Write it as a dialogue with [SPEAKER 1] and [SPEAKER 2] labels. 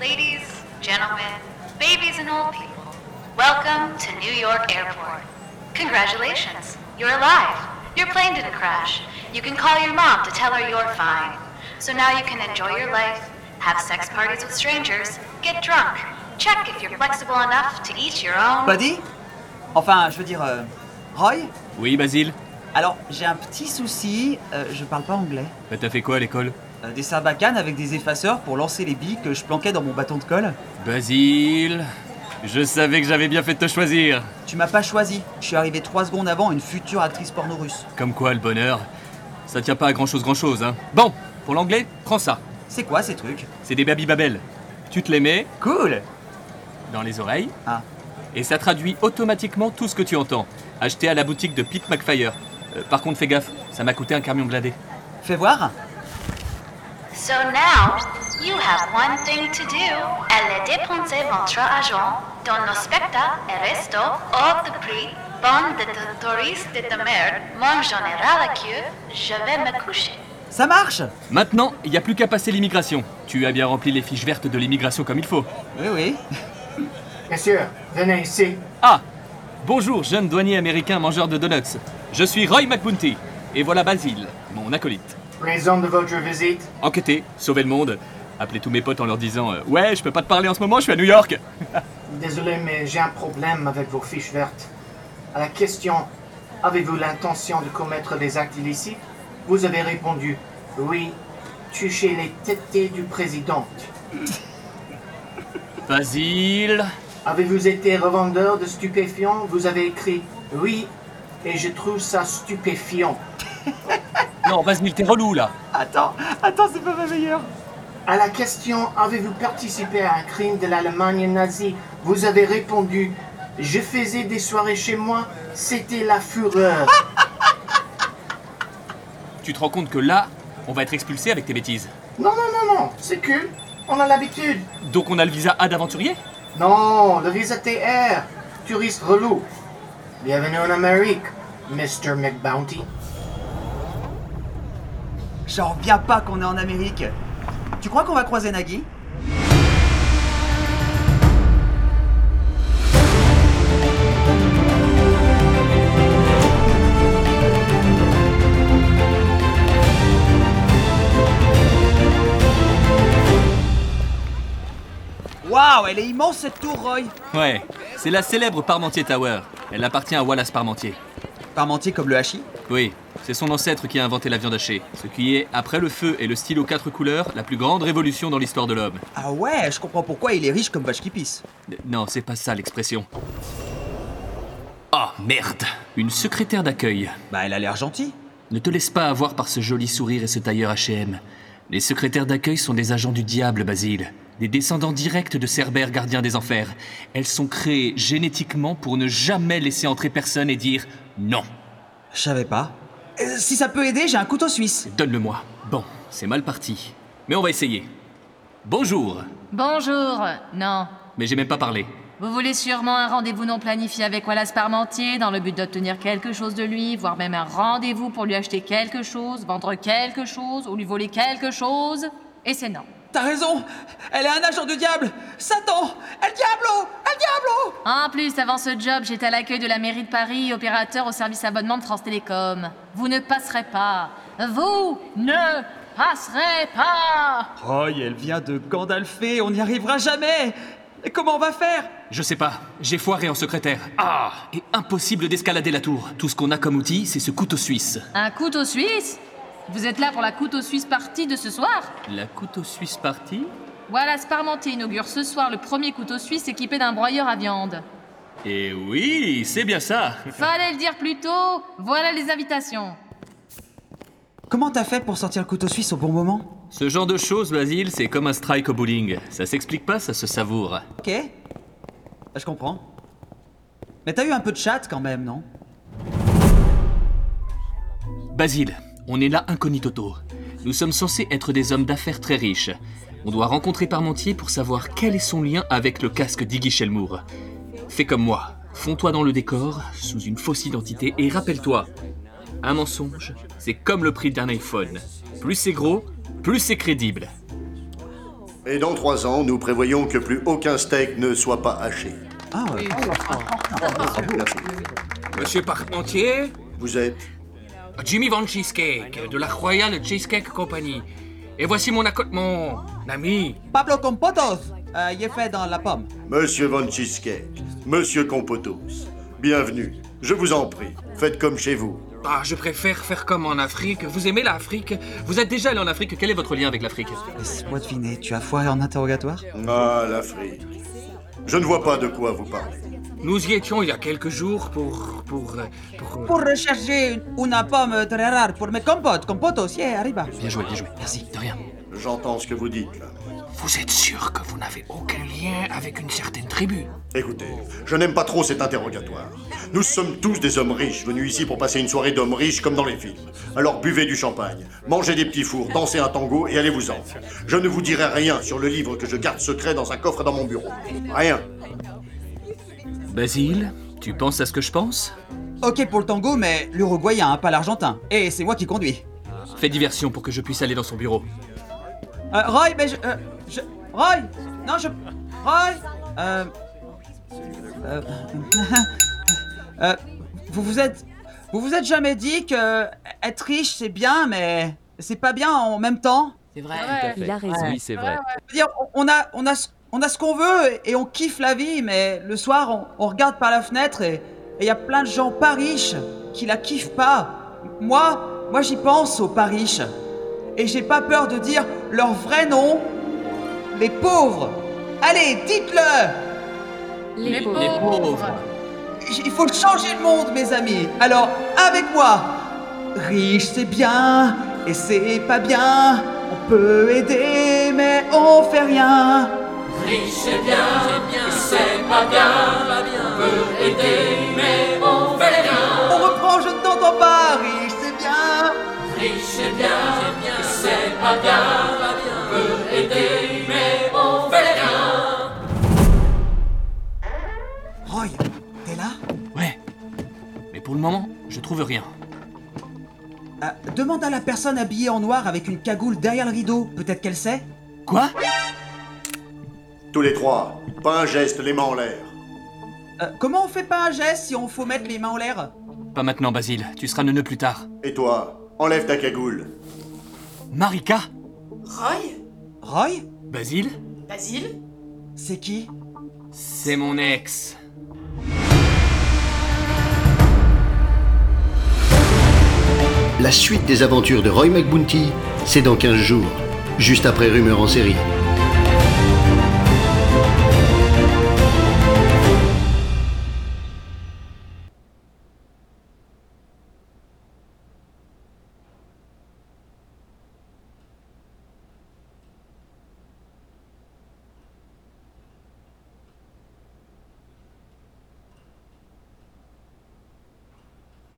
[SPEAKER 1] Ladies, gentlemen, babies, and old people, welcome to New York Airport. Congratulations, you're alive. Your plane didn't crash. You can call your mom to tell her you're fine. So now you can enjoy your life, have sex parties with strangers, get drunk, check if you're flexible enough to eat your own.
[SPEAKER 2] Buddy Enfin, je veux dire, euh, Roy
[SPEAKER 3] Oui, Basile
[SPEAKER 2] Alors, j'ai un petit souci, euh, je parle pas anglais.
[SPEAKER 3] Bah, t'as fait quoi à l'école
[SPEAKER 2] Euh, des sarbacanes avec des effaceurs pour lancer les billes que je planquais dans mon bâton de colle.
[SPEAKER 3] Basile Je savais que j'avais bien fait de te choisir
[SPEAKER 2] Tu m'as pas choisi, je suis arrivé 3 secondes avant une future actrice porno russe.
[SPEAKER 3] Comme quoi, le bonheur, ça tient pas à grand chose, grand chose, hein. Bon, pour l'anglais, prends ça.
[SPEAKER 2] C'est quoi ces trucs
[SPEAKER 3] C'est des babybabel. Tu te les mets
[SPEAKER 2] Cool
[SPEAKER 3] dans les oreilles
[SPEAKER 2] Ah.
[SPEAKER 3] et ça traduit automatiquement tout ce que tu entends. Acheté à la boutique de Pete McFire. Euh, par contre, fais gaffe, ça m'a coûté un camion blindé.
[SPEAKER 2] Fais voir
[SPEAKER 1] So now, you have one thing to do. Allez dépenser votre argent dans nos spectacles et restos hors de prix. Bande de t- touristes de merde, mon général à queue, je vais me coucher.
[SPEAKER 2] Ça marche
[SPEAKER 3] Maintenant, il n'y a plus qu'à passer l'immigration. Tu as bien rempli les fiches vertes de l'immigration comme il faut.
[SPEAKER 2] Oui, oui.
[SPEAKER 4] Monsieur, venez ici.
[SPEAKER 3] Ah Bonjour, jeune douanier américain mangeur de donuts. Je suis Roy McBounty. Et voilà Basile, mon acolyte.
[SPEAKER 4] Raison de votre visite
[SPEAKER 3] Enquêter, sauver le monde. Appeler tous mes potes en leur disant euh, Ouais, je peux pas te parler en ce moment, je suis à New York.
[SPEAKER 4] Désolé, mais j'ai un problème avec vos fiches vertes. À la question Avez-vous l'intention de commettre des actes illicites Vous avez répondu Oui, toucher les têtes du président.
[SPEAKER 3] Basile.
[SPEAKER 4] Avez-vous été revendeur de stupéfiants Vous avez écrit Oui, et je trouve ça stupéfiant.
[SPEAKER 3] Non, Basile, t'es relou là.
[SPEAKER 2] Attends, attends, c'est pas ma meilleure
[SPEAKER 4] À la question Avez-vous participé à un crime de l'Allemagne nazie Vous avez répondu Je faisais des soirées chez moi, c'était la fureur.
[SPEAKER 3] Tu te rends compte que là, on va être expulsé avec tes bêtises.
[SPEAKER 4] Non, non, non, non, c'est que on a l'habitude.
[SPEAKER 3] Donc on a le visa A d'aventurier
[SPEAKER 4] Non, le visa TR, touriste relou. Bienvenue en Amérique, Mr. McBounty.
[SPEAKER 2] J'en reviens pas qu'on est en Amérique. Tu crois qu'on va croiser Nagui Waouh, elle est immense cette tour, Roy
[SPEAKER 3] Ouais, c'est la célèbre Parmentier Tower. Elle appartient à Wallace Parmentier.
[SPEAKER 2] Parmentier comme le hachis
[SPEAKER 3] Oui, c'est son ancêtre qui a inventé la viande hachée, ce qui est, après le feu et le stylo quatre couleurs, la plus grande révolution dans l'histoire de l'homme.
[SPEAKER 2] Ah ouais, je comprends pourquoi il est riche comme vache qui pisse.
[SPEAKER 3] Euh, Non, c'est pas ça l'expression. Ah merde Une secrétaire d'accueil.
[SPEAKER 2] Bah, elle a l'air gentille.
[SPEAKER 3] Ne te laisse pas avoir par ce joli sourire et ce tailleur HM. Les secrétaires d'accueil sont des agents du diable, Basile. Des descendants directs de Cerbère, gardien des enfers. Elles sont créées génétiquement pour ne jamais laisser entrer personne et dire non.
[SPEAKER 2] Je savais pas. Euh, si ça peut aider, j'ai un couteau suisse.
[SPEAKER 3] Donne-le-moi. Bon, c'est mal parti. Mais on va essayer. Bonjour.
[SPEAKER 5] Bonjour. Non.
[SPEAKER 3] Mais j'ai même pas parlé.
[SPEAKER 5] Vous voulez sûrement un rendez-vous non planifié avec Wallace Parmentier dans le but d'obtenir quelque chose de lui, voire même un rendez-vous pour lui acheter quelque chose, vendre quelque chose ou lui voler quelque chose. Et c'est non.
[SPEAKER 2] T'as raison Elle est un agent du diable Satan El Diablo El Diablo
[SPEAKER 5] En plus, avant ce job, j'étais à l'accueil de la mairie de Paris, opérateur au service abonnement de France Télécom. Vous ne passerez pas. Vous ne passerez pas.
[SPEAKER 2] Roy, elle vient de Gandalfé, on n'y arrivera jamais Et comment on va faire
[SPEAKER 3] Je sais pas. J'ai foiré en secrétaire. Ah Et impossible d'escalader la tour. Tout ce qu'on a comme outil, c'est ce couteau suisse.
[SPEAKER 5] Un couteau suisse Vous êtes là pour la couteau suisse partie de ce soir
[SPEAKER 3] La couteau suisse partie
[SPEAKER 5] Wallace Parmentier inaugure ce soir le premier couteau suisse équipé d'un broyeur à viande.
[SPEAKER 3] Eh oui, c'est bien ça.
[SPEAKER 5] Fallait le dire plus tôt, voilà les invitations.
[SPEAKER 2] Comment t'as fait pour sortir le couteau suisse au bon moment
[SPEAKER 3] Ce genre de choses, Basile, c'est comme un strike au bowling. Ça s'explique pas, ça se savoure.
[SPEAKER 2] Ok. Bah, Je comprends. Mais t'as eu un peu de chat quand même, non
[SPEAKER 3] Basile, on est là incognito. Nous sommes censés être des hommes d'affaires très riches. On doit rencontrer Parmentier pour savoir quel est son lien avec le casque d'Iggy Shelmour. Fais comme moi, fonds-toi dans le décor, sous une fausse identité, et rappelle-toi, un mensonge, c'est comme le prix d'un iPhone. Plus c'est gros, plus c'est crédible.
[SPEAKER 6] Et dans trois ans, nous prévoyons que plus aucun steak ne soit pas haché.
[SPEAKER 2] Ah,
[SPEAKER 6] Merci.
[SPEAKER 3] Monsieur Parmentier
[SPEAKER 6] Vous êtes
[SPEAKER 3] Jimmy Van Cheesecake, de la Royal Cheesecake Company. Et voici mon acco- mon ami.
[SPEAKER 2] Pablo Compotos Euh, Il est fait dans la pomme.
[SPEAKER 6] Monsieur Von Cheesecake, Monsieur Compotos. Bienvenue. Je vous en prie, faites comme chez vous.
[SPEAKER 3] Ah, je préfère faire comme en Afrique. Vous aimez l'Afrique Vous êtes déjà allé en Afrique. Quel est votre lien avec l'Afrique
[SPEAKER 2] Laisse-moi deviner, tu as foiré en interrogatoire
[SPEAKER 6] Ah, l'Afrique. Je ne vois pas de quoi vous parlez.
[SPEAKER 3] Nous y étions il y a quelques jours pour. pour. euh, pour.
[SPEAKER 2] Pour rechercher une, une pomme très rare pour mes compotes, compotos, yeah, arriba.
[SPEAKER 3] Bien joué, bien joué. Merci, de rien.
[SPEAKER 6] J'entends ce que vous dites, là.
[SPEAKER 3] Vous êtes sûr que vous n'avez aucun lien avec une certaine tribu
[SPEAKER 6] Écoutez, je n'aime pas trop cet interrogatoire. Nous sommes tous des hommes riches, venus ici pour passer une soirée d'hommes riches comme dans les films. Alors buvez du champagne, mangez des petits fours, dansez un tango et allez-vous-en. Je ne vous dirai rien sur le livre que je garde secret dans un coffre dans mon bureau. Rien.
[SPEAKER 3] Basile, tu penses à ce que je pense
[SPEAKER 2] Ok pour le tango, mais l'uruguayen, hein, pas l'argentin. Et c'est moi qui conduis.
[SPEAKER 3] Fais diversion pour que je puisse aller dans son bureau.
[SPEAKER 2] Euh, Roy, mais je, euh, je- Roy Non, je... Roy Euh... euh, euh, vous vous êtes... Vous vous êtes jamais dit que euh, être riche c'est bien, mais c'est pas bien en même temps
[SPEAKER 7] C'est vrai.
[SPEAKER 5] Ouais.
[SPEAKER 7] Il a raison.
[SPEAKER 8] Oui, c'est vrai.
[SPEAKER 2] Je veux dire, on on a, on a, ce- on a ce qu'on veut et on kiffe la vie, mais le soir, on, on regarde par la fenêtre et il y a plein de gens pas riches qui la kiffent pas. Moi, moi j'y pense aux pas riches. Et j'ai pas peur de dire leur vrai nom, les pauvres. Allez, dites-le
[SPEAKER 7] Les,
[SPEAKER 5] Les
[SPEAKER 7] pauvres.
[SPEAKER 5] pauvres.
[SPEAKER 2] J- Il faut changer le monde, mes amis. Alors, avec moi, riche c'est bien et c'est pas bien. On peut aider, mais on fait rien. On reprend, je ne t'entends pas, riche, c'est bien. Roy, t'es là
[SPEAKER 3] Ouais. Mais pour le moment, je trouve rien.
[SPEAKER 2] Euh, Demande à la personne habillée en noir avec une cagoule derrière le rideau, peut-être qu'elle sait.
[SPEAKER 3] Quoi
[SPEAKER 6] Tous les trois, pas un geste, les mains en l'air.
[SPEAKER 2] Euh, comment on fait pas un geste si on faut mettre les mains en l'air
[SPEAKER 3] Pas maintenant, Basile. Tu seras neuneu plus tard.
[SPEAKER 6] Et toi, enlève ta cagoule.
[SPEAKER 3] Marika
[SPEAKER 9] Roy
[SPEAKER 2] Roy
[SPEAKER 3] Basile
[SPEAKER 9] Basile
[SPEAKER 2] C'est qui
[SPEAKER 3] C'est mon ex.
[SPEAKER 6] La suite des aventures de Roy McBounty, c'est dans 15 jours, juste après Rumeur en série.